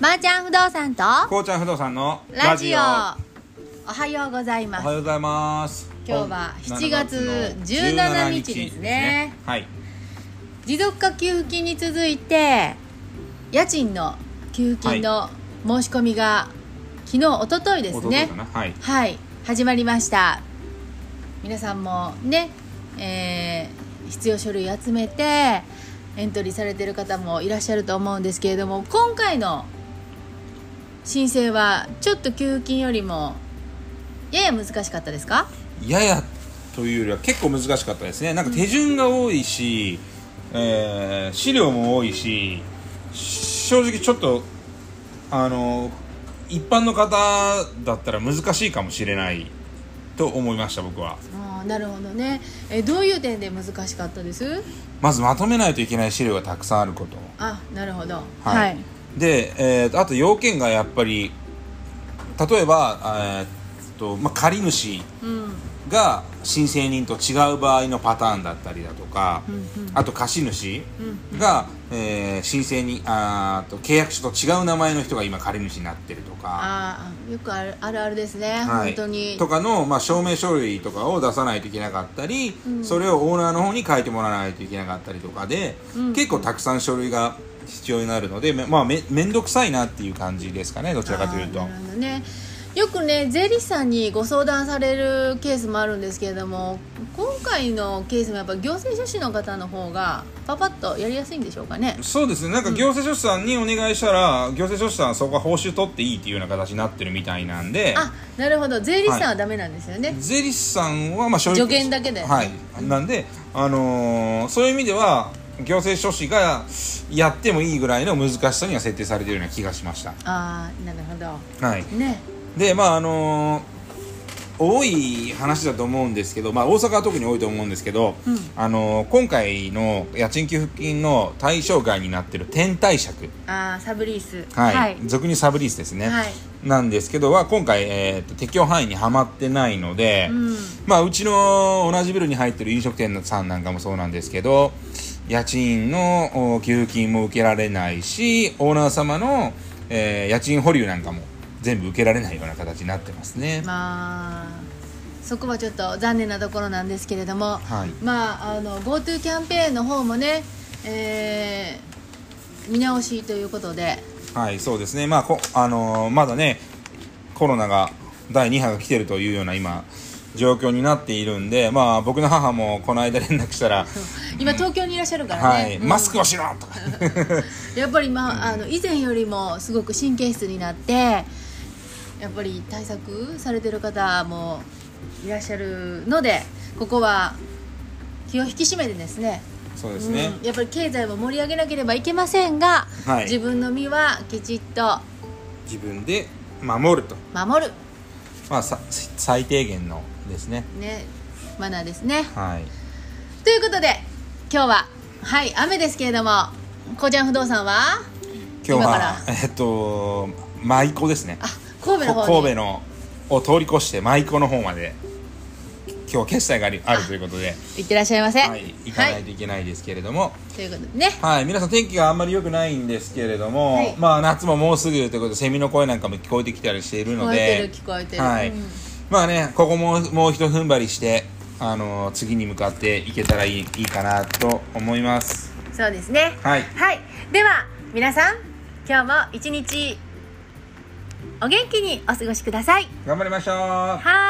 まー、ちゃん不動産とこうちゃん不動産のラジオおラはようございジオまおはよすうございます今日は7月7 17日ですねはい持続化給付金に続いて家賃の給付金の申し込みが昨日一昨日でおすとといねかなはいはい始まりました皆さんもね、えー必要書類集めてエントリーされてる方もいらっしゃると思うんですけれども今回の申請はちょっと給付金よりもやや難しかったですかややというよりは結構難しかったですねなんか手順が多いし、えー資料も多いし正直ちょっとあの一般の方だったら難しいかもしれないと思いました僕はあーなるほどねえどういう点で難しかったですまずまとめないといけない資料がたくさんあることあなるほどはいで、えーとあと要件がやっぱり例えば、えーっとまあ、借り主うんが申請人と違う場合のパターンだったりだとか、あと貸主が、えー申請にあーと契約書と違う名前の人が今借り主になってるとか。ああよくあるあるあるですね、は本い当にとかの、まあ、証明書類とかを出さないといけなかったり、それをオーナーの方に書いてもらわないといけなかったりとかで、結構たくさん書類が必要になるので、めまあ、め面倒くさいなっていう感じですかねどちらかというとあーなるほどねよくね税理士さんにご相談されるケースもあるんですけれども今回のケースもやっぱ行政書士の方の方がパパッとやりやすいんでしょうかねそうですねなんか行政書士さんにお願いしたら、行政書士さんはそこは報酬取っていいっていうような形になってるみたいなんであなるほど税理士さんはダメなんですよね、税理士さんはまあ所有助言だけだよねはいなんで、あのーそういう意味では行政書士がやってもいいぐらいの難しさには設定されてるような気がしましたああなるほどはいねでまああのー多い話だと思うんですけど、まあ、大阪は特に多いと思うんですけど、うんあのー今回の家賃給付金の対象外になってる転貸借、あーサブリースはいはい、俗にサブリースですね、はいなんですけどは今回、えーと適用範囲にはまってないので、うんまあ、うちの同じビルに入ってる飲食店さんなんかもそうなんですけど家賃のお給付金も受けられないしオーナー様の、えー家賃保留なんかも全部受けられないような形になってますね。まあそこはちょっと残念なところなんですけれども、はいまああの GoTo キャンペーンの方もね、えー見直しということではい、そうですね、まあこあのーまだね、コロナが第2波が来てるというような今、状況になっているんで、まあ、僕の母もこの間連絡したら、 今東京にいらっしゃるからね、はい、うんマスクをしろとか、やっぱり、まあ、あの以前よりもすごく神経質になってやっぱり対策されてる方もいらっしゃるのでここは気を引き締めてですねそうですね、うんやっぱり経済も盛り上げなければいけませんが、はい自分の身はきちっと自分で守ると、守るまあ、さ最低限のですね。ねマナーですねはい、ということで今日ははい雨ですけれどもこうちゃん不動産は今今日かはら、えっと、舞妓ですね、あ神戸のこ方に神戸のを通り越して、舞妓の方まで、今日決済がありあるということで、行ってらっしゃいませはい、行かなはいいといけないですけれども。ということでねはい、皆さん天気があんまり良くないんですけれども、はいまあ夏ももうすぐということでセミの声なんかも聞こえてきたりしている聞のこえてでる聞こえてる、はいうんまあねここももうひと踏ん張りして、あのー次に向かっていけたらいいいいかなと思いますそうですねはいはい、では皆さん今日も一日お元気にお過ごしください頑張りましょうはーい